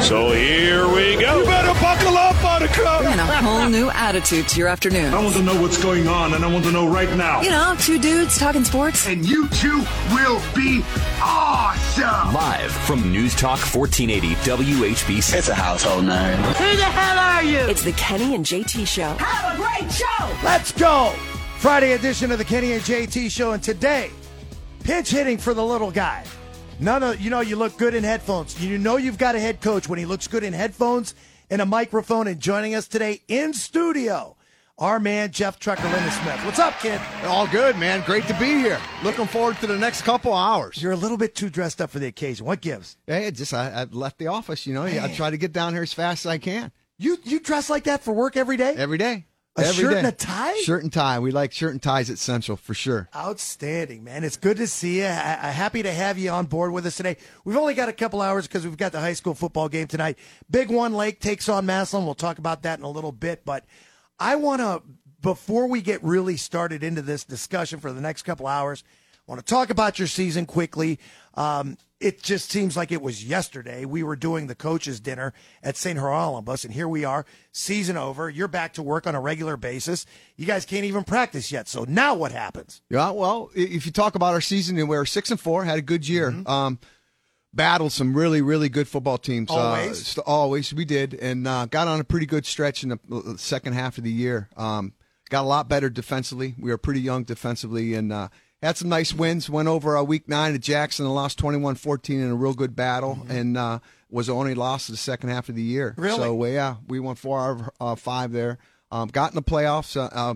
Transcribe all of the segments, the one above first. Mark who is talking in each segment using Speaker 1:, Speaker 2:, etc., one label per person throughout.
Speaker 1: So here we go. You better buckle up,
Speaker 2: And
Speaker 1: Buttercup.
Speaker 2: a whole new attitude to your afternoon.
Speaker 1: I want to know what's going on, and I want to know right now.
Speaker 2: You know, two dudes talking sports.
Speaker 3: and you two will be awesome.
Speaker 4: Live from News Talk 1480 WHBC. It's a household name.
Speaker 2: It's the Kenny and JT show.
Speaker 5: Let's go! Friday edition of the Kenny and JT show, and today, pinch hitting for the little guy. None of you know you look good in headphones. You know you've got a head coach when he looks good in headphones and a microphone. And joining us today in studio, our man Jeff Trucker Smith. What's up, kid?
Speaker 6: All good, man. Great to be here. Looking forward to the next couple hours.
Speaker 5: You're a little bit too dressed up for the occasion. What gives?
Speaker 6: Hey, just I, I left the office. You know, I try to get down here as fast as I can
Speaker 5: You you dress like that for work every day?
Speaker 6: every day.
Speaker 5: A
Speaker 6: Every
Speaker 5: shirt
Speaker 6: day.
Speaker 5: and a tie?
Speaker 6: Shirt and tie. We like shirt and ties at Central for sure.
Speaker 5: Outstanding, man. It's good to see you. I- I- happy to have you on board with us today. We've only got a couple hours because we've got the high school football game tonight. Big One Lake takes on Maslin. We'll talk about that in a little bit. But I want to, before we get really started into this discussion for the next couple hours, I want to talk about your season quickly. Um, it just seems like it was yesterday. We were doing the coaches' dinner at St. Hieronymus, and here we are, season over. You're back to work on a regular basis. You guys can't even practice yet. So now what happens?
Speaker 6: Yeah, well, i- if you talk about our season, we were six and four, had a good year.
Speaker 5: Mm-hmm.
Speaker 6: Um, battled some really, really good football teams.
Speaker 5: Always?
Speaker 6: uh, st- always we did, and uh, got on a pretty good stretch in the uh, second half of the year. Um, got a lot better defensively. We were pretty young defensively, and uh, had some nice wins. Went over uh, week nine to Jackson and lost 21-14 in a real good battle, and uh, was the only loss of the second half of the year.
Speaker 5: Mm-hmm. Really?
Speaker 6: So well, yeah, we won four out of uh, five there. Um, got in the playoffs uh, uh,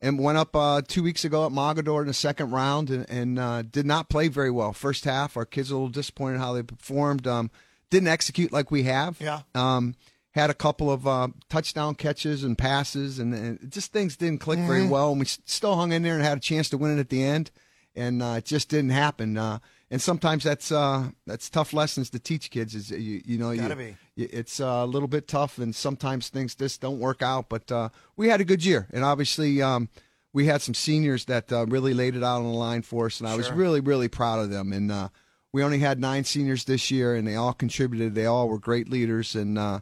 Speaker 6: and went up uh, two weeks ago at Mogador in the second round and, and uh, did not play very well. First half, our kids are a little disappointed how they performed. Um, didn't execute like we have.
Speaker 5: Yeah.
Speaker 6: Um, had a couple of uh, touchdown catches and passes, and, and just things didn't click very well. And we s- still hung in there and had a chance to win it at the end, and uh, it just didn't happen. Uh, and sometimes that's uh, that's tough lessons to teach kids. Is you, you know you,
Speaker 5: Gotta be.
Speaker 6: y- it's uh, a little bit tough, and sometimes things just don't work out. But uh, we had a good year, and obviously um, we had some seniors that uh, really laid it out on the line for us, and I was really, really proud of them. And uh, we only had nine seniors this year, and they all contributed. They all were great leaders, and uh,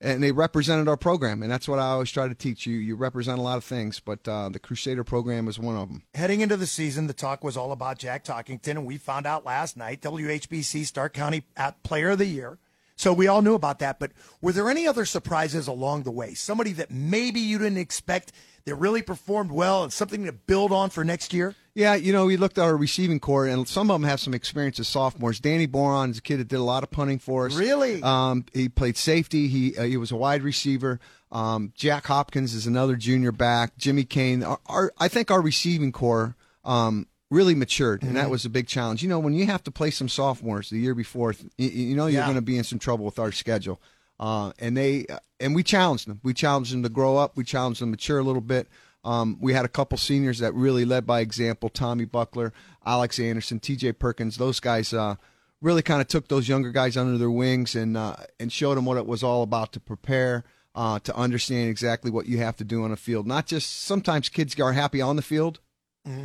Speaker 6: and they represented our program, and that's what I always try to teach you. You represent a lot of things, but uh, the Crusader program is one of them.
Speaker 5: Heading into the season, the talk was all about Jack Talkington, and we found out last night WHBC Stark County at Player of the Year. So we all knew about that. But were there any other surprises along the way? Somebody that maybe you didn't expect that really performed well and something to build on for next year?
Speaker 6: Yeah, you know, we looked at our receiving core, and some of them have some experience as sophomores. Danny Boron is a kid that did a lot of punting for us.
Speaker 5: Really?
Speaker 6: Um, he played safety. He uh, he was a wide receiver. Um, Jack Hopkins is another junior back. Jimmy Kane. Our, our I think our receiving core um, really matured, and that was a big challenge. You know, when you have to play some sophomores the year before, th- you, you know you're
Speaker 5: Yeah.
Speaker 6: going to be in some trouble with our schedule. Uh, and they uh, and we challenged them. We challenged them to grow up. We challenged them to mature a little bit. Um, we had a couple seniors that really led by example. Tommy Buckler, Alex Anderson, T.J. Perkins. Those guys uh, really kind of took those younger guys under their wings and uh, and showed them what it was all about to prepare. Uh, to understand exactly what you have to do on a field, not just sometimes kids are happy on the field,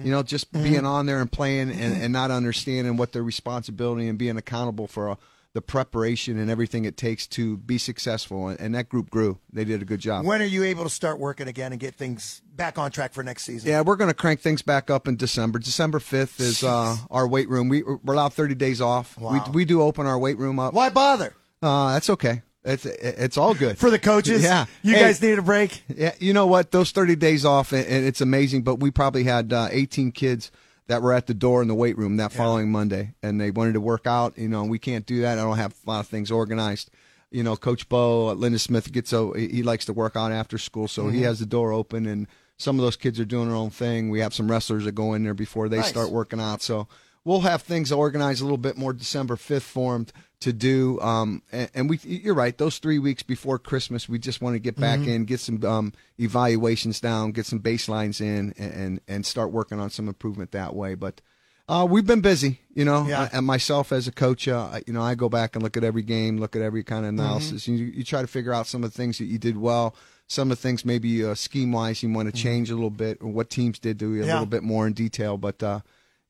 Speaker 6: you know, just
Speaker 5: Mm-hmm.
Speaker 6: being on there and playing and, and not understanding what their responsibility and being accountable for uh, the preparation and everything it takes to be successful. And, and that group grew. They did a good job.
Speaker 5: When are you able to start working again and get things back on track for next season?
Speaker 6: Yeah, we're going to crank things back up in December. December 5th is uh, our weight room. We, we're allowed 30 days off.
Speaker 5: Wow.
Speaker 6: We, we do open our weight room up.
Speaker 5: Why bother?
Speaker 6: Uh, that's okay. It's, it's all good.
Speaker 5: For the coaches?
Speaker 6: Yeah.
Speaker 5: You
Speaker 6: Hey,
Speaker 5: guys need a break?
Speaker 6: Yeah, you know what? Those 30 days off, and and it's amazing. But we probably had uh, 18 kids that were at the door in the weight room that following Monday, and they wanted to work out. You know, and we can't do that. I don't have a lot of things organized. You know, Coach Bo, uh, Linda Smith gets so he he likes to work out after school, so
Speaker 5: Mm-hmm.
Speaker 6: he has the door open, and some of those kids are doing their own thing. We have some wrestlers that go in there before they
Speaker 5: Nice.
Speaker 6: start working out, so we'll have things organized a little bit more December 5th formed to do. Um, and, and we, you're right, those three weeks before Christmas, we just want to get back
Speaker 5: Mm-hmm.
Speaker 6: in, get some um, evaluations down, get some baselines in, and, and, and start working on some improvement that way. But uh, we've been busy, you know,
Speaker 5: Yeah.
Speaker 6: I- and myself as a coach, uh, I- you know, I go back and look at every game, look at every kind of analysis. and You, you try to figure out some of the things that you did well, some of the things maybe uh, scheme wise you want to change a little bit, or what teams did do a
Speaker 5: Yeah.
Speaker 6: little bit more in detail. But uh,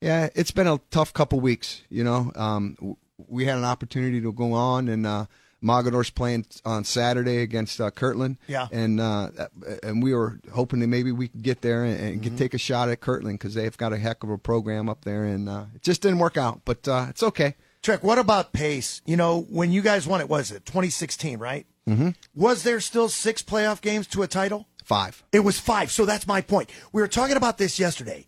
Speaker 6: yeah, it's been a tough couple weeks, you know. Um, w- we had an opportunity to go on, and uh, Mogador's playing on Saturday against uh, Kirtland.
Speaker 5: Yeah.
Speaker 6: And uh, and we were hoping that maybe we could get there and, and get, take a shot at Kirtland because they've got a heck of a program up there, and uh, it just didn't work out. But uh, it's okay.
Speaker 5: Trek, what about pace? You know, when you guys won it, was it 2016, right? Mm-hmm. Was there still six playoff games to a title?
Speaker 6: Five.
Speaker 5: It was five. So that's my point. We were talking about this yesterday.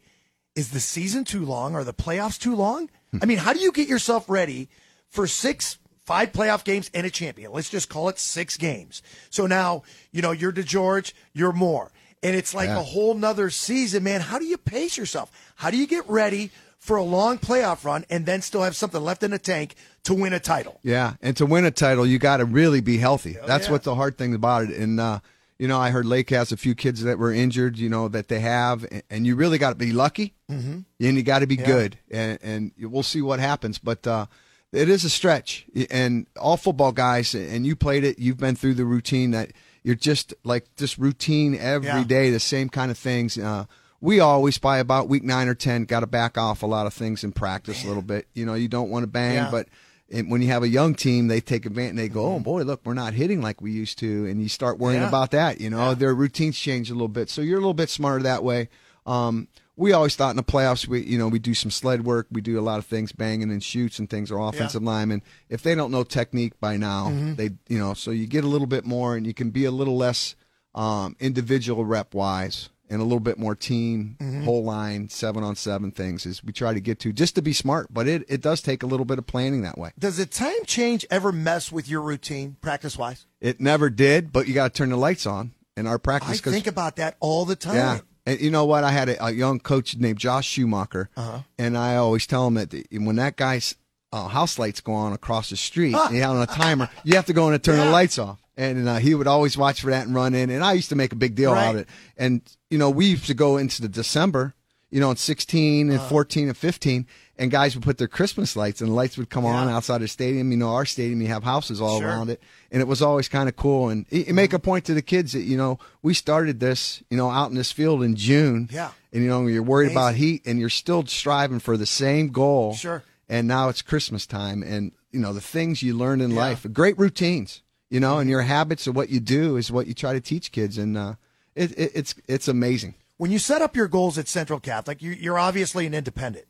Speaker 5: Is the season too long? Are the playoffs too long? I mean, how do you get yourself ready for six, five playoff games and a champion? Let's just call it six games. So now, you know, you're DeGeorge, you're Moore. And it's like
Speaker 6: Yeah.
Speaker 5: a whole nother season, man. How do you pace yourself? How do you get ready for a long playoff run and then still have something left in the tank to win a title?
Speaker 6: Yeah, and to win a title, you got to really be healthy. That's
Speaker 5: yeah.
Speaker 6: what the hard thing about it. And uh, you know, I heard Lake has a few kids that were injured. You know that they have, and, and you really got to be lucky, mm-hmm. and you got to be good. And and we'll see what happens, but. Uh, it is a stretch, and all football guys, and you played it. You've been through the routine that you're just like just routine every day
Speaker 5: Yeah.
Speaker 6: day, the same kind of things. Uh, we always, by about week nine or 10, got to back off a lot of things in practice a little bit. You know, you don't want to bang,
Speaker 5: Yeah.
Speaker 6: but and when you have a young team, they take advantage. They go, oh, boy, look, we're not hitting like we used to. And you start worrying
Speaker 5: Yeah.
Speaker 6: about that. You know, their routines change a little bit. So you're a little bit smarter that way. Um, we always thought in the playoffs, we you know we do some sled work, we do a lot of things, banging and shoots and things. Our offensive linemen, if they don't know technique by now,
Speaker 5: Mm-hmm.
Speaker 6: they you know so you get a little bit more and you can be a little less um, individual rep wise and a little bit more team
Speaker 5: Mm-hmm.
Speaker 6: whole line seven on seven things is we try to get to just to be smart, but it it does take a little bit of planning that way.
Speaker 5: Does the time change ever mess with your routine practice wise?
Speaker 6: It never did, but you got to turn the lights on in our
Speaker 5: I
Speaker 6: practice
Speaker 5: think about that all the time.
Speaker 6: Yeah. And you know what? I had a, a young coach named Josh Schumacher,
Speaker 5: Uh-huh.
Speaker 6: and I always tell him that the, when that guy's uh, house lights go on across the street,
Speaker 5: Ah.
Speaker 6: and you have on a timer, you have to go in and turn the lights off. And uh, he would always watch for that and run in. And I used to make a big deal out of
Speaker 5: Right.
Speaker 6: it. And you know, we used to go into the December, you know, in sixteen
Speaker 5: Uh-huh.
Speaker 6: and fourteen and fifteen, and guys would put their Christmas lights, and the lights would come on outside the stadium. You know, our stadium, you have houses all
Speaker 5: Sure.
Speaker 6: around it and it was always kind of cool. And it, it
Speaker 5: Mm-hmm.
Speaker 6: make a point to the kids that you know we started this, you know, out in this field in June.
Speaker 5: Yeah.
Speaker 6: And you know you're worried about heat, and you're still striving for the same goal.
Speaker 5: Sure.
Speaker 6: And now it's Christmas time, and you know the things you learn in life, great routines, you know,
Speaker 5: Mm-hmm.
Speaker 6: and your habits of what you do is what you try to teach kids, and uh, it, it, it's it's amazing.
Speaker 5: when you set up your goals at Central Catholic, you, you're obviously an independent.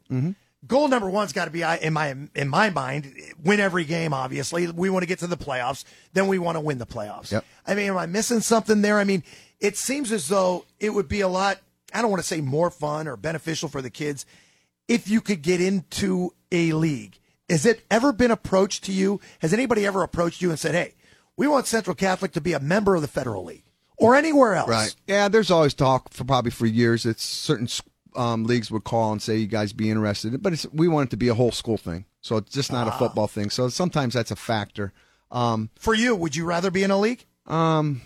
Speaker 5: Goal number one's got to be I- in my in my mind win every game. Obviously, we want to get to the playoffs. Then we want to win the playoffs.
Speaker 6: Yep.
Speaker 5: I mean, am I missing something there? I mean, it seems as though it would be a lot. I don't want to say more fun or beneficial for the kids if you could get into a league. Has it ever been approached to you? Has anybody ever approached you and said, "Hey, we want Central Catholic to be a member of the Federal League or anywhere else"?
Speaker 6: Yeah, there's always talk for probably for years that certain um, leagues would call and say you guys be interested, but it's, we want it to be a whole school thing, so it's just
Speaker 5: Ah.
Speaker 6: not a football thing. So sometimes that's a factor. Um,
Speaker 5: For you, would you rather be in a league?
Speaker 6: um,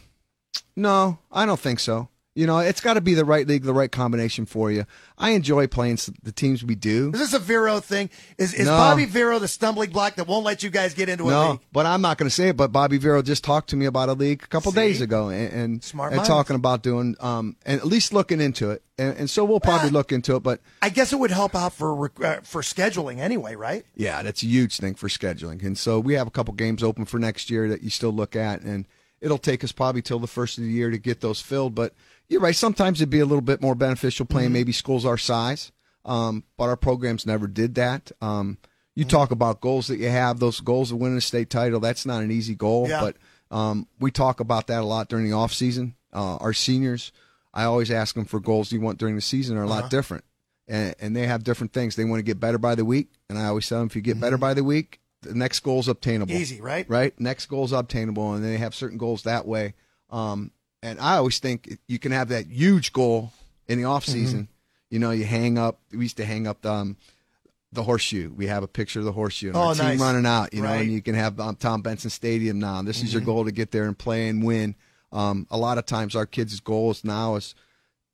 Speaker 6: no, I don't think so. You know, it's got to be the right league, the right combination for you. I enjoy playing s- the teams we do.
Speaker 5: Is this a Vero thing? Is is
Speaker 6: No.
Speaker 5: Bobby Vero the stumbling block that won't let you guys get into a league?
Speaker 6: No, but I'm not going to say it. But Bobby Vero just talked to me about a league a couple days ago, and, and
Speaker 5: Smart
Speaker 6: and
Speaker 5: minds.
Speaker 6: talking about doing um and at least looking into it, and, and so
Speaker 5: Ah.
Speaker 6: we'll probably look into it. But
Speaker 5: I guess it would help out for rec- uh, for scheduling anyway, right?
Speaker 6: Yeah, that's a huge thing for scheduling. And so we have a couple games open for next year that you still look at, and it'll take us probably till the first of the year to get those filled. But you're right, sometimes it'd be a little bit more beneficial playing maybe schools our size, um, but our programs never did that. Um, you talk about goals that you have, those goals of winning a state title, that's not an easy goal,
Speaker 5: Yeah.
Speaker 6: but um, we talk about that a lot during the off season. Uh, our seniors, I always ask them for goals you want during the season are a lot different, and, and they have different things. They want to get better by the week, and I always tell them if you get better by the week, the next goal's obtainable.
Speaker 5: Mm-hmm. Easy, right?
Speaker 6: Right. Next goal's obtainable, and they have certain goals that way. Um, and I always think you can have
Speaker 5: Mm-hmm.
Speaker 6: that huge goal in the off season. You know, you hang up. We used to hang up um, the horseshoe. We have a picture of the horseshoe. And
Speaker 5: Oh,
Speaker 6: our team
Speaker 5: nice.
Speaker 6: running out, you know,
Speaker 5: Right. Mm-hmm.
Speaker 6: and you can have um, Tom Benson Stadium now. This is your goal to get there and play and win. Um, a lot of times our kids' goals now is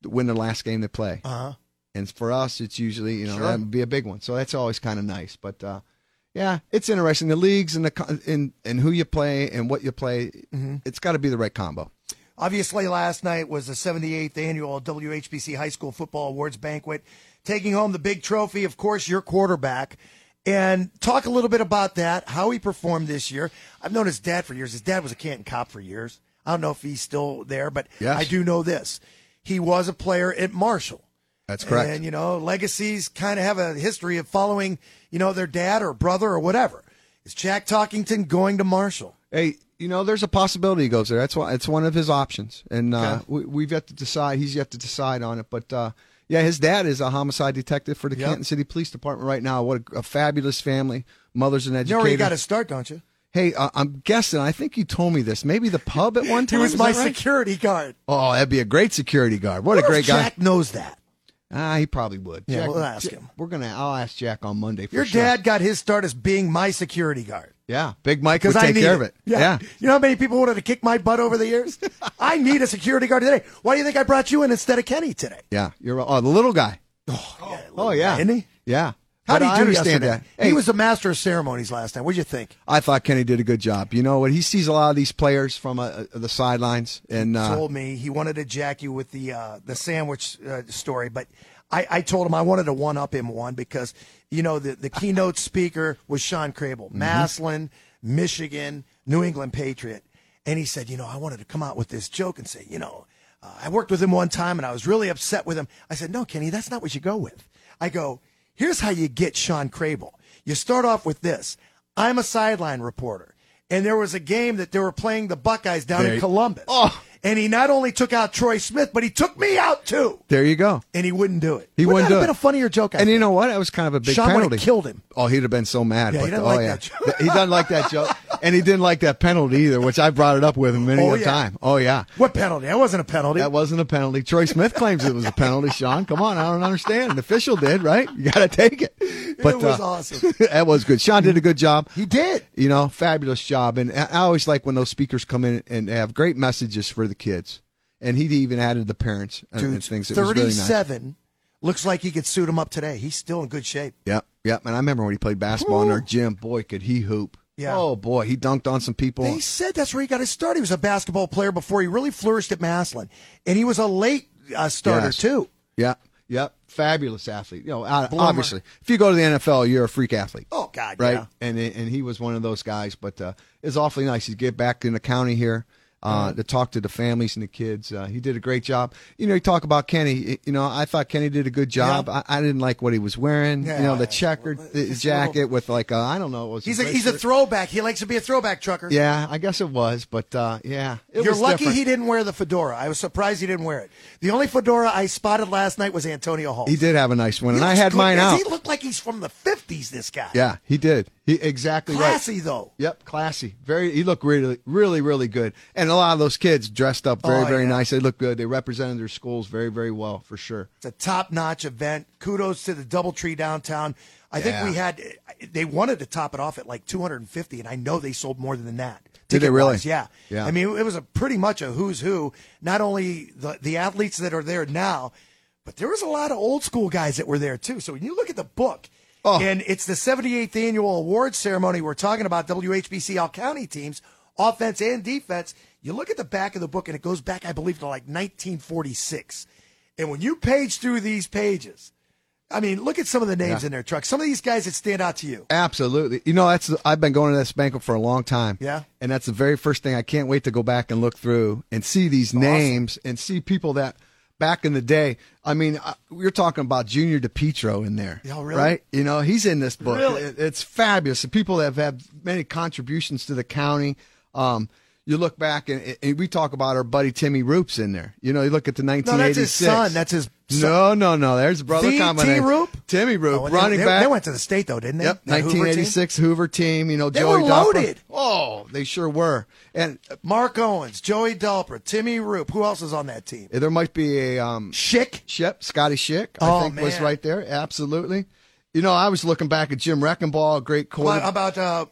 Speaker 6: to win the last game they play.
Speaker 5: Uh-huh.
Speaker 6: And for us, it's usually, you know,
Speaker 5: Sure.
Speaker 6: that would be a big one. So that's always kind of nice. But, uh, yeah, it's interesting. The leagues and the co- and, and who you play and what you play,
Speaker 5: Mm-hmm.
Speaker 6: it's got to be the right combo.
Speaker 5: Obviously, last night was the 78th annual WHBC High School Football Awards banquet, taking home the big trophy, of course, your quarterback. And talk a little bit about that, how he performed this year. I've known his dad for years. His dad was a Canton cop for years. I don't know if he's still there, but
Speaker 6: Yes.
Speaker 5: I do know this. He was a player at Marshall.
Speaker 6: That's correct.
Speaker 5: And you know, legacies kind of have a history of following, you know, their dad or brother or whatever. Is Jack Talkington going to Marshall?
Speaker 6: Hey, you know, there's a possibility he goes there. That's why it's one of his options, and uh,
Speaker 5: Okay.
Speaker 6: we, we've yet to decide. He's yet to decide on it, but uh, yeah, his dad is a homicide detective for the
Speaker 5: Yep.
Speaker 6: Canton City Police Department right now. What a, a fabulous family! Mother's an
Speaker 5: You
Speaker 6: educator.
Speaker 5: know where you got to start, don't you?
Speaker 6: hey, uh, I'm guessing. I think you told me this. Maybe the pub at one
Speaker 5: He
Speaker 6: time.
Speaker 5: was
Speaker 6: is
Speaker 5: my
Speaker 6: that right?
Speaker 5: security guard.
Speaker 6: Oh, that'd be a great security guard. What a great guy.
Speaker 5: Jack knows that.
Speaker 6: Ah, he probably would.
Speaker 5: Yeah,
Speaker 6: Jack-
Speaker 5: we'll ask
Speaker 6: Jack-
Speaker 5: him.
Speaker 6: We're gonna. I'll ask Jack on Monday. For
Speaker 5: Your
Speaker 6: sure.
Speaker 5: dad got his start as being my security guard.
Speaker 6: Yeah, Big Mike would
Speaker 5: Because I
Speaker 6: take
Speaker 5: need
Speaker 6: care of it. yeah.
Speaker 5: You know how many people wanted to kick my butt over the years? I need a security guard today. Why do you think I brought you in instead of Kenny today?
Speaker 6: Yeah, you're oh the little guy. Oh, yeah,
Speaker 5: Isn't he?
Speaker 6: Yeah.
Speaker 5: How
Speaker 6: But
Speaker 5: did he
Speaker 6: I
Speaker 5: do
Speaker 6: understand
Speaker 5: yesterday?
Speaker 6: that? Hey,
Speaker 5: He was the master of ceremonies last night. What'd you think?
Speaker 6: I thought Kenny did a good job. You know what? He sees a lot of these players from uh, the sidelines, and uh,
Speaker 5: told me he wanted to jack you with the uh, the sandwich uh, story, but I, I told him I wanted to one up him one because you know the the keynote speaker was Sean Crable,
Speaker 6: Mm-hmm.
Speaker 5: Maslin, Michigan, New England Patriot, and he said, you know, I wanted to come out with this joke and say, you know, uh, I worked with him one time and I was really upset with him. I said, no, Kenny, that's not what you go with. I go, here's how you get Sean Crable. You start off with this. I'm a sideline reporter. And there was a game that they were playing the Buckeyes down in
Speaker 6: They-
Speaker 5: Columbus.
Speaker 6: Oh.
Speaker 5: And he not only took out Troy Smith, but he took me out too.
Speaker 6: there you go.
Speaker 5: And he wouldn't do it.
Speaker 6: He
Speaker 5: Wouldn't
Speaker 6: wouldn't
Speaker 5: that
Speaker 6: do
Speaker 5: have
Speaker 6: it.
Speaker 5: been a funnier joke. I
Speaker 6: And you
Speaker 5: think?
Speaker 6: know what? That was kind of a big
Speaker 5: Sean would've
Speaker 6: penalty.
Speaker 5: killed him.
Speaker 6: Oh, he'd have been so mad.
Speaker 5: Yeah, he
Speaker 6: but-
Speaker 5: doesn't
Speaker 6: oh,
Speaker 5: like
Speaker 6: yeah.
Speaker 5: that joke.
Speaker 6: he doesn't like that joke, and he didn't like that penalty either, which I brought it up with him many
Speaker 5: Oh,
Speaker 6: a
Speaker 5: yeah.
Speaker 6: time. Oh yeah,
Speaker 5: what penalty? That wasn't a penalty.
Speaker 6: that wasn't a penalty. Troy Smith claims it was a penalty. Sean, come on, I don't understand. An official did, right? You got to take it. But
Speaker 5: it was
Speaker 6: uh,
Speaker 5: awesome.
Speaker 6: that was good. Sean did a good job.
Speaker 5: He did.
Speaker 6: You know, fabulous job. And I I always like when those speakers come in and have great messages for the kids. And he even added the parents and, and things. It was really nice.
Speaker 5: Thirty-seven looks like he could suit him up today. He's still in good shape.
Speaker 6: Yep, yep. And I remember when he played basketball in our gym. Boy, could he hoop!
Speaker 5: Yeah.
Speaker 6: Oh boy, he dunked on some people.
Speaker 5: They said that's where he got his start. He was a basketball player before he really flourished at Maslin, and he was a late uh, starter
Speaker 6: Yes.
Speaker 5: too.
Speaker 6: Yep, yep. Fabulous athlete. You know, o- obviously, if you go to the NFL, you're a freak athlete.
Speaker 5: Oh, God,
Speaker 6: right?
Speaker 5: yeah.
Speaker 6: And and he was one of those guys. But uh, it's awfully nice to get back in the county here. Uh, to talk to the families and the kids, uh, he did a great job. You know, you talk about Kenny. You know, I thought Kenny did a good job. I, I didn't like what he was wearing.
Speaker 5: Yeah.
Speaker 6: you know, the checkered
Speaker 5: Well,
Speaker 6: uh,
Speaker 5: it's a
Speaker 6: jacket
Speaker 5: little-
Speaker 6: with like I I don't know. It was
Speaker 5: He's a
Speaker 6: gray
Speaker 5: he's a
Speaker 6: shirt.
Speaker 5: throwback. He likes to be a throwback trucker.
Speaker 6: Yeah, I guess it was, but uh, yeah, it
Speaker 5: You're
Speaker 6: was
Speaker 5: lucky
Speaker 6: different.
Speaker 5: he didn't wear the fedora. I was surprised he didn't wear it. The only fedora I spotted last night was Antonio Hall.
Speaker 6: He did have a nice one,
Speaker 5: He
Speaker 6: and I
Speaker 5: looks
Speaker 6: had
Speaker 5: good.
Speaker 6: mine
Speaker 5: Does
Speaker 6: out.
Speaker 5: He looked like he's from the fifties. This guy.
Speaker 6: yeah, he did. He exactly
Speaker 5: Classy
Speaker 6: right.
Speaker 5: though.
Speaker 6: Yep, classy. Very. He looked really, really, really good. And a lot of those kids dressed up very,
Speaker 5: Oh,
Speaker 6: very
Speaker 5: yeah.
Speaker 6: nice. They looked good. They represented their schools very, very well for sure.
Speaker 5: It's a top notch event. Kudos to the DoubleTree downtown. I
Speaker 6: Yeah.
Speaker 5: think we had they wanted to top it off at like 250, and I know they sold more than that.
Speaker 6: Did they
Speaker 5: ticket-wise.
Speaker 6: really?
Speaker 5: Yeah.
Speaker 6: Yeah.
Speaker 5: I mean, it was a pretty much a who's who. Not only the the athletes that are there now, but there was a lot of old school guys that were there too. So when you look at the book.
Speaker 6: Oh.
Speaker 5: And it's the 78th annual awards ceremony. We're talking about WHBC All County teams, offense and defense. You look at the back of the book, and it goes back, I believe, to like 1946. And when you page through these pages, I mean, look at some of the names in their truck. Some of these guys that stand out to you.
Speaker 6: Absolutely. You know, that's I've been going to this banquet for a long time.
Speaker 5: Yeah.
Speaker 6: And that's the very first thing I can't wait to go back and look through and see these names and see people that back in the day. I mean, I, you're talking about Junior DePietro in there.
Speaker 5: Oh, really?
Speaker 6: Right? You know, he's in this book. It- it's fabulous. The people that have had many contributions to the county. Um, you look back and, and we talk about our buddy Timmy Roops in there. You know, you look at the 1986.
Speaker 5: son. That's his son.
Speaker 6: No, no, no. There's a brother
Speaker 5: The
Speaker 6: coming.
Speaker 5: T.
Speaker 6: in.
Speaker 5: Roop?
Speaker 6: Timmy Roop,
Speaker 5: Oh, and they-
Speaker 6: running
Speaker 5: they,
Speaker 6: back.
Speaker 5: They went to the state, though, didn't they?
Speaker 6: Yep,
Speaker 5: That Hoover team?
Speaker 6: 1986 Hoover team. You know,
Speaker 5: They
Speaker 6: Joey
Speaker 5: were
Speaker 6: Dalpa.
Speaker 5: loaded.
Speaker 6: Oh, they sure were. And uh,
Speaker 5: Mark Owens, Joey Delper, Timmy Roop. Who else is on that team?
Speaker 6: there might be a um,
Speaker 5: Schick.
Speaker 6: Ship, Scotty Schick.
Speaker 5: Oh,
Speaker 6: I think was
Speaker 5: man.
Speaker 6: right there. Absolutely. You know, I was looking back at Jim Reckenball, a great quarter.
Speaker 5: What about uh,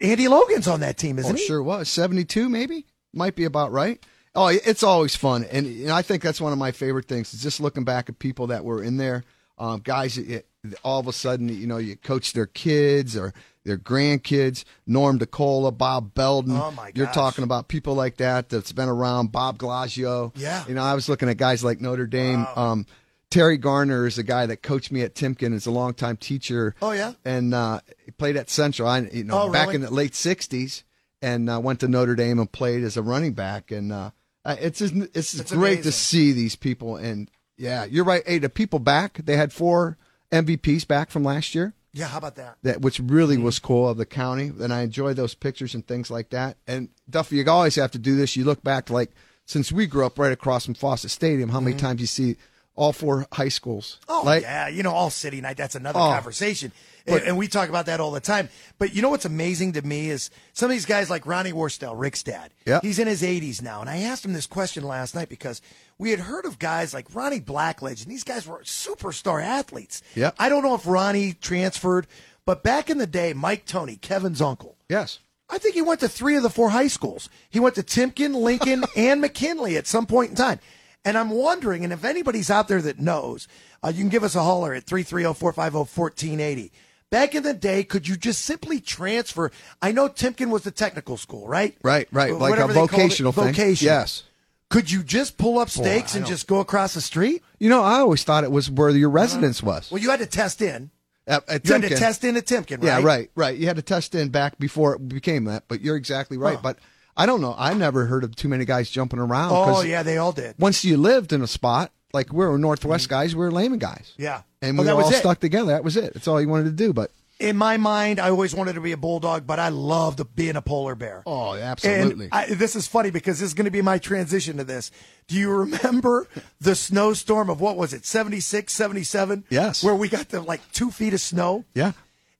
Speaker 5: Andy Logan's on that team, isn't
Speaker 6: oh,
Speaker 5: he?
Speaker 6: sure was. 72 maybe? Might be about right. Oh, it's always fun. And, and I think that's one of my favorite things is just looking back at people that were in there. Um, guys, that it, all of a sudden, you know, you coach their kids or their grandkids. Norm DeCola, Bob Belden.
Speaker 5: Oh, my
Speaker 6: You're
Speaker 5: gosh.
Speaker 6: talking about people like that that's been around. Bob Glaggio.
Speaker 5: Yeah.
Speaker 6: You know, I was looking at guys like Notre Dame. Um, Terry Garner is a guy that coached me at Timken. Is a longtime teacher.
Speaker 5: Oh, yeah?
Speaker 6: And uh, he played at Central. I, you know,
Speaker 5: Oh,
Speaker 6: back
Speaker 5: really?
Speaker 6: in the late '60s, and uh, went to Notre Dame and played as a running back. And uh, uh, it's just, it's, just
Speaker 5: It's
Speaker 6: great to
Speaker 5: amazing.
Speaker 6: see these people. And yeah, you're right. Hey, the people back. They had four MVPs back from last year.
Speaker 5: Yeah, how about that?
Speaker 6: That which
Speaker 5: Mm-hmm.
Speaker 6: really was cool of the county, and I enjoy those pictures and things like that. And Duffy, you always have to do this. You look back, like since we grew up right across from Fawcett Stadium, how many times you see all four high schools?
Speaker 5: Mm-hmm. Oh
Speaker 6: like,
Speaker 5: yeah, you know, all city night. That's another
Speaker 6: Oh.
Speaker 5: conversation, and, and we talk about that all the time. But you know what's amazing to me is some of these guys like Ronnie Warstell, Rick's dad.
Speaker 6: Yeah.
Speaker 5: he's in his 80s now, and I asked him this question last night because we had heard of guys like Ronnie Blackledge, and these guys were superstar athletes.
Speaker 6: Yeah.
Speaker 5: I don't know if Ronnie transferred, but back in the day, Mike Tony, Kevin's uncle.
Speaker 6: Yes.
Speaker 5: I think he went to three of the four high schools. He went to Timken, Lincoln, and McKinley at some point in time. And I'm wondering, and if anybody's out there that knows, uh, you can give us a holler at oh, 330 450 1480. Back in the day, could you just simply transfer? I know Timken was the technical school, right?
Speaker 6: Right, right.
Speaker 5: Wh-
Speaker 6: Like a
Speaker 5: whatever they called it,
Speaker 6: vocational thing.
Speaker 5: Vocation.
Speaker 6: Yes.
Speaker 5: Could you just pull up stakes
Speaker 6: I
Speaker 5: and
Speaker 6: don't-
Speaker 5: just go across the street?
Speaker 6: You know, I always thought it was where your residence was.
Speaker 5: Uh-huh. Well, you had to test in.
Speaker 6: At- at
Speaker 5: You had to
Speaker 6: Timken.
Speaker 5: test in at Timken, right?
Speaker 6: Yeah, right, right. You had to test in back before it became that, but you're exactly right. But I don't know. I never heard of too many guys jumping around.
Speaker 5: Oh,
Speaker 6: 'cause
Speaker 5: yeah, they all did.
Speaker 6: Once you lived in a spot, like we were Northwest guys, we were Layman guys.
Speaker 5: Mm-hmm. Yeah.
Speaker 6: And
Speaker 5: Oh,
Speaker 6: we
Speaker 5: that
Speaker 6: were
Speaker 5: was
Speaker 6: all
Speaker 5: it.
Speaker 6: stuck together. That was it. That's all you wanted to do. But
Speaker 5: in my mind, I always wanted to be a bulldog, but I loved being a polar bear.
Speaker 6: Oh, absolutely.
Speaker 5: And I, this is funny because this is going to be my transition to this. Do you remember the snowstorm of what was it, 76, 77?
Speaker 6: Yes.
Speaker 5: Where we got to like two feet of snow?
Speaker 6: yeah,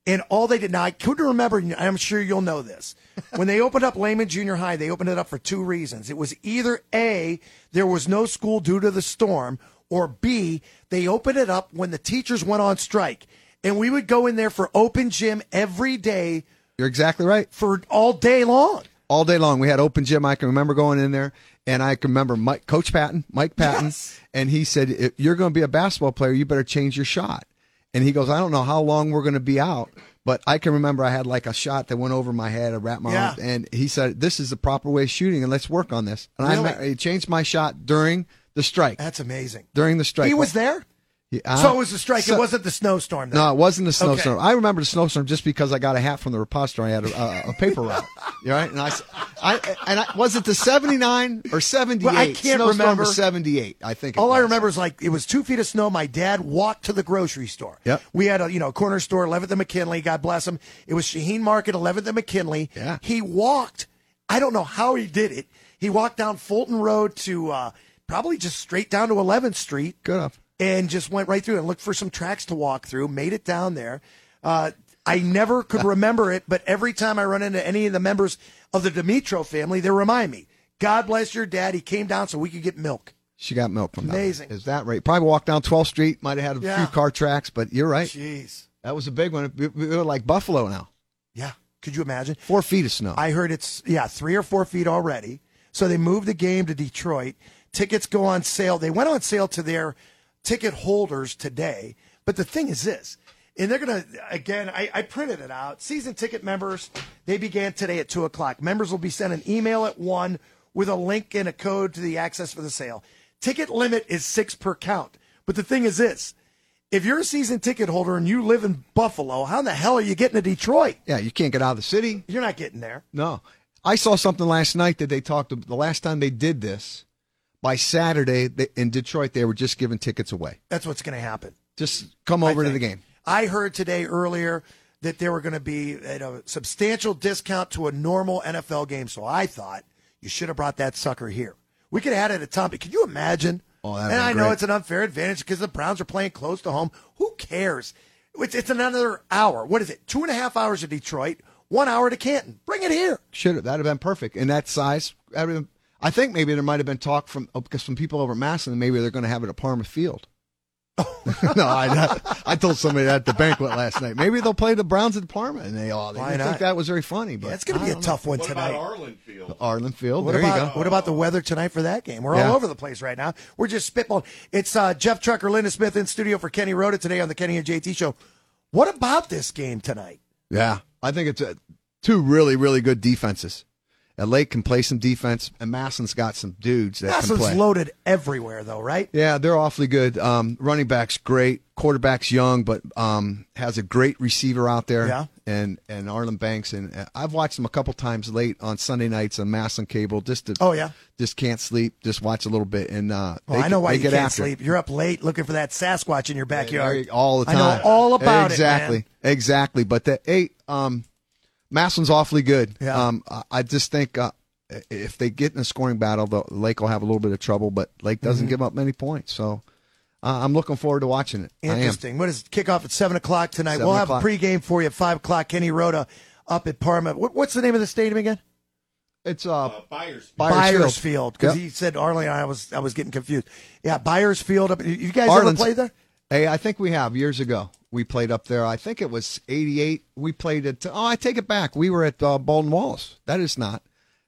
Speaker 5: And all they did, now I couldn't remember, and I'm sure you'll know this. When they opened up Lehman Junior High, they opened it up for two reasons. It was either A, there was no school due to the storm, or B, they opened it up when the teachers went on strike. And we would go in there for open gym every day
Speaker 6: you're exactly right.
Speaker 5: for all day long.
Speaker 6: all day long. We had open gym. I can remember going in there, and I can remember Mike, Coach Patton, Mike Patton,
Speaker 5: Yes.
Speaker 6: and he said, "If you're going to be a basketball player, you better change your shot." And he goes, "I don't know how long we're going to be out, but I can remember I had like a shot that went over my head, I wrapped my
Speaker 5: Yeah.
Speaker 6: arm, and he said, "This is the proper way of shooting, and let's work on this." And
Speaker 5: Really?
Speaker 6: I, I changed my shot during the strike.
Speaker 5: That's amazing.
Speaker 6: During the strike,
Speaker 5: He was there?
Speaker 6: He- I-
Speaker 5: so it was the strike.
Speaker 6: so-
Speaker 5: it wasn't the snowstorm. Then.
Speaker 6: no, it wasn't a snowstorm.
Speaker 5: Okay.
Speaker 6: I remember the snowstorm just because I got a hat from the repository. I had a, a, a paper route, You all right? And I, s- I- and I was it the seventy nine or seventy eight?
Speaker 5: Well, I can't
Speaker 6: snowstorm
Speaker 5: remember.
Speaker 6: seventy eight. I think. it
Speaker 5: All I
Speaker 6: was.
Speaker 5: remember is like it was two feet of snow. My dad walked to the grocery store.
Speaker 6: Yep.
Speaker 5: We had a you know corner store, 11th and McKinley. God bless him. It was Shaheen Market, 11th and McKinley.
Speaker 6: Yeah.
Speaker 5: He walked. I don't know how he did it. He walked down Fulton Road to uh, probably just straight down to 11th Street.
Speaker 6: Good enough.
Speaker 5: And just went right through and looked for some tracks to walk through. Made it down there. Uh, I never could remember it, but every time I run into any of the members of the Dimitro family, they remind me. God bless your dad. He came down so we could get milk.
Speaker 6: She got milk from that.
Speaker 5: Amazing.
Speaker 6: Is that right? Probably walked down 12th Street. Might have had a
Speaker 5: Yeah.
Speaker 6: few car tracks, but you're right.
Speaker 5: Jeez.
Speaker 6: That was a big one. We, we were like Buffalo now.
Speaker 5: Yeah. Could you imagine?
Speaker 6: Four feet of snow.
Speaker 5: I heard it's, yeah, three or four feet already. So they moved the game to Detroit. Tickets go on sale. They went on sale to their ticket holders today. But the thing is this, and they're going to, again, I, I printed it out. Season ticket members, they began today at 2 o'clock. Members will be sent an email at 1 with a link and a code to the access for the sale. Ticket limit is six per count. But the thing is this, if you're a season ticket holder and you live in Buffalo, how in the hell are you getting to Detroit?
Speaker 6: yeah, you can't get out of the city.
Speaker 5: You're not getting there.
Speaker 6: No. I saw something last night that they talked the last time they did this. By Saturday they, in Detroit, they were just giving tickets away.
Speaker 5: That's what's going to happen.
Speaker 6: Just come
Speaker 5: I
Speaker 6: over to the
Speaker 5: think.
Speaker 6: game.
Speaker 5: I heard today earlier that they were going to be at a substantial discount to a normal NFL game. So I thought you should have brought that sucker here. We could have had it at Tommy. Can you imagine?
Speaker 6: Oh, that'd been
Speaker 5: and I know
Speaker 6: great.
Speaker 5: it's an unfair advantage because the Browns are playing close to home. Who cares? It's, it's another hour. What is it? Two and a half hours to Detroit, one hour to Canton. Bring it here.
Speaker 6: Should have. That'd have been perfect. And that size, that'd have been- I think maybe there might have been talk from oh, because some people over at Massillon, maybe they're going to have it at Parma Field. no, I I told somebody that at the banquet last night. Maybe they'll play the Browns at Parma, and they all they
Speaker 5: Why
Speaker 6: didn't
Speaker 5: not?
Speaker 6: think that was very funny. But
Speaker 5: Yeah, it's going to be a tough one
Speaker 1: What
Speaker 5: tonight.
Speaker 1: about Arlen Field?
Speaker 6: Arlen Field.
Speaker 5: What
Speaker 6: there you
Speaker 5: about
Speaker 6: go.
Speaker 5: what about the weather tonight for that game? We're
Speaker 6: Yeah.
Speaker 5: all over the place right now. We're just spitballing. It's uh, Jeff Trucker, Linda Smith in studio for Kenny Rhoda today on the Kenny and JT show. What about this game tonight?
Speaker 6: Yeah, I think it's uh two really really good defenses. And Lake can play some defense, and Masson's got some dudes that can play.
Speaker 5: Masson's loaded everywhere though, right?
Speaker 6: Yeah, they're awfully good. Um, running back's great. Quarterback's young, but um, has a great receiver out there.
Speaker 5: Yeah.
Speaker 6: And and Arlen Banks and uh, I've watched him a couple times late on Sunday nights on Mass and Cable just to
Speaker 5: Oh, yeah.
Speaker 6: just can't sleep just watch a little bit and uh
Speaker 5: Well,
Speaker 6: they
Speaker 5: I know
Speaker 6: get-
Speaker 5: why
Speaker 6: they
Speaker 5: you
Speaker 6: get
Speaker 5: can't
Speaker 6: after it.
Speaker 5: sleep. You're up late looking for that Sasquatch in your backyard
Speaker 6: Very- all the time.
Speaker 5: I know all about
Speaker 6: exactly.
Speaker 5: it.
Speaker 6: Exactly. But the eight, um, Masson's awfully good.
Speaker 5: Yeah.
Speaker 6: Um, I, I just think uh, i- if they get in a scoring battle, the Lake will have a little bit of trouble. But Lake doesn't
Speaker 5: Mm-hmm.
Speaker 6: give up many points, so uh, I'm looking forward to watching it. I am.
Speaker 5: Man. Interesting. What is it? kickoff at seven o'clock tonight?
Speaker 6: 7
Speaker 5: we'll have
Speaker 6: o'clock.
Speaker 5: a pregame for you at five o'clock. Kenny Rhoda up at Parma. What, what's the name of the stadium again?
Speaker 6: It's uh,
Speaker 1: Uh, Byers.
Speaker 6: Byers,
Speaker 5: Byersfield, because
Speaker 6: Yep.
Speaker 5: he said Arlene. I was I was getting confused. Yeah, Byersfield. Up, you- you guys
Speaker 6: Arlen's-
Speaker 5: ever played there?
Speaker 6: Hey, I think we have years ago. We played up there. I think it was '88. We played at. Oh, I take it back. We were at uh, Baldwin Wallace. That is not.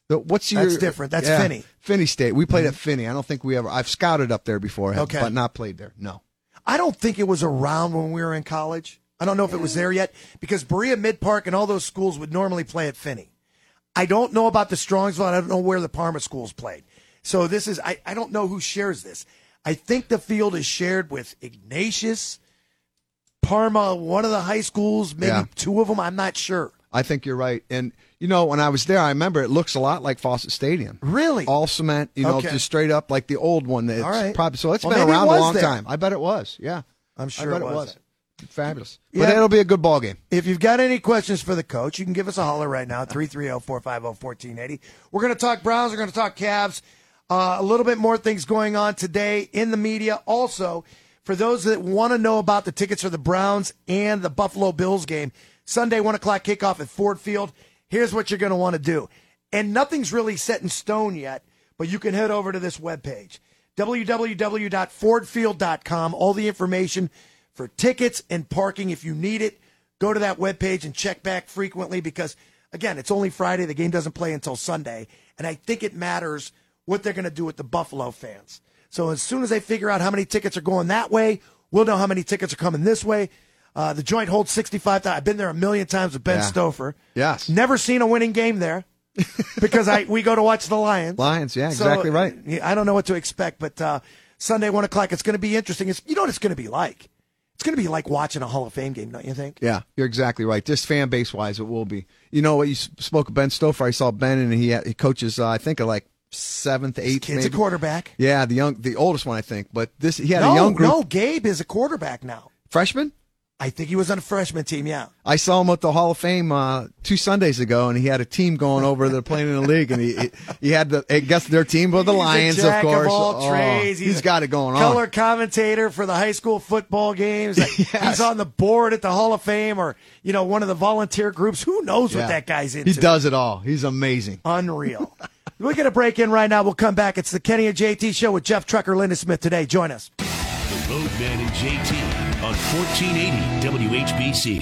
Speaker 6: The, what's your?
Speaker 5: That's different. That's Finney. Mm-hmm.
Speaker 6: Finney State. We played at Finney. I don't think we ever. I've scouted up there before,
Speaker 5: Okay.
Speaker 6: but not played there. No.
Speaker 5: I don't think it was around when we were in college. I don't know if it was there yet because Berea Mid Park and all those schools would normally play at Finney. I don't know about the Strongsville. and I don't know where the Parma schools played. So this is I, I don't know who shares this. I think the field is shared with Ignatius, Parma, one of the high schools, maybe
Speaker 6: Yeah.
Speaker 5: two of them. I'm not sure.
Speaker 6: I think you're right. And you know, when I was there, I remember it looks a lot like Fawcett Stadium.
Speaker 5: Really?
Speaker 6: All cement. You know,
Speaker 5: Okay.
Speaker 6: just straight up like the old one. That's
Speaker 5: All right.
Speaker 6: Probably so. It's
Speaker 5: Well,
Speaker 6: been
Speaker 5: maybe it
Speaker 6: around a
Speaker 5: was
Speaker 6: long
Speaker 5: there.
Speaker 6: time. I bet it was. Yeah.
Speaker 5: I'm sure
Speaker 6: I bet
Speaker 5: it
Speaker 6: it
Speaker 5: was.
Speaker 6: was. Fabulous. But
Speaker 5: Yeah.
Speaker 6: it'll be a good ball game.
Speaker 5: If you've got any questions for the coach, you can give us a holler right now, oh, 330-450-1480. We're going to talk Browns. We're going to talk Cavs. Uh, a little bit more things going on today in the media. Also, for those that want to know about the tickets for the Browns and the Buffalo Bills game, Sunday, 1 o'clock kickoff at Ford Field, here's what you're going to want to do. And nothing's really set in stone yet, but you can head over to this webpage, www.fordfield.com. All the information for tickets and parking if you need it go to that webpage and check back frequently because again it's only friday the game doesn't play until sunday and i think it matters what they're going to do with the buffalo fans so as soon as they figure out how many tickets are going that way we'll know how many tickets are coming this way uh, the joint holds 65000 i've been there a million times with ben
Speaker 6: Yeah.
Speaker 5: Stouffer.
Speaker 6: Yes.
Speaker 5: never seen a winning game there because i we go to watch the lions
Speaker 6: Lions, yeah,
Speaker 5: So,
Speaker 6: exactly right.
Speaker 5: yeah, I don't know what to expect, but uh, Sunday one o'clock, it's going to be interesting. It's, you know what it's going to be like. It's going to be like watching a Hall of Fame game, don't you think?
Speaker 6: Yeah, you're exactly right. Just fan base wise, it will be. You know what? You s- spoke of Ben Stouffer. I saw Ben, and he, he coaches. Uh, I think like seventh, eighth.
Speaker 5: Kid's
Speaker 6: maybe.
Speaker 5: a quarterback.
Speaker 6: Yeah, the young, the oldest one, I think. But this, he had
Speaker 5: no,
Speaker 6: a young group
Speaker 5: no, Gabe is a quarterback now.
Speaker 6: freshman.
Speaker 5: I think he was on a freshman team. Yeah,
Speaker 6: I saw him at the Hall of Fame uh, two Sundays ago, and he had a team going over. They're playing in the league, and he he, he had the. I guess their team was the
Speaker 5: He's a
Speaker 6: Lions, of
Speaker 5: jack
Speaker 6: course.
Speaker 5: all
Speaker 6: Oh,
Speaker 5: trades.
Speaker 6: he's
Speaker 5: a
Speaker 6: got it going
Speaker 5: color
Speaker 6: on.
Speaker 5: commentator for the high school football games. He's on the board at the Hall of Fame, or you know, one of the volunteer groups. Who knows
Speaker 6: Yeah.
Speaker 5: what that guy's into?
Speaker 6: He does it all. He's amazing.
Speaker 5: Unreal. We're going to break in right now. We'll come back. It's the Kenny and JT show with Jeff Trucker, Linda Smith today. Join us.
Speaker 7: The Roadman and JT on 1480 WHBC.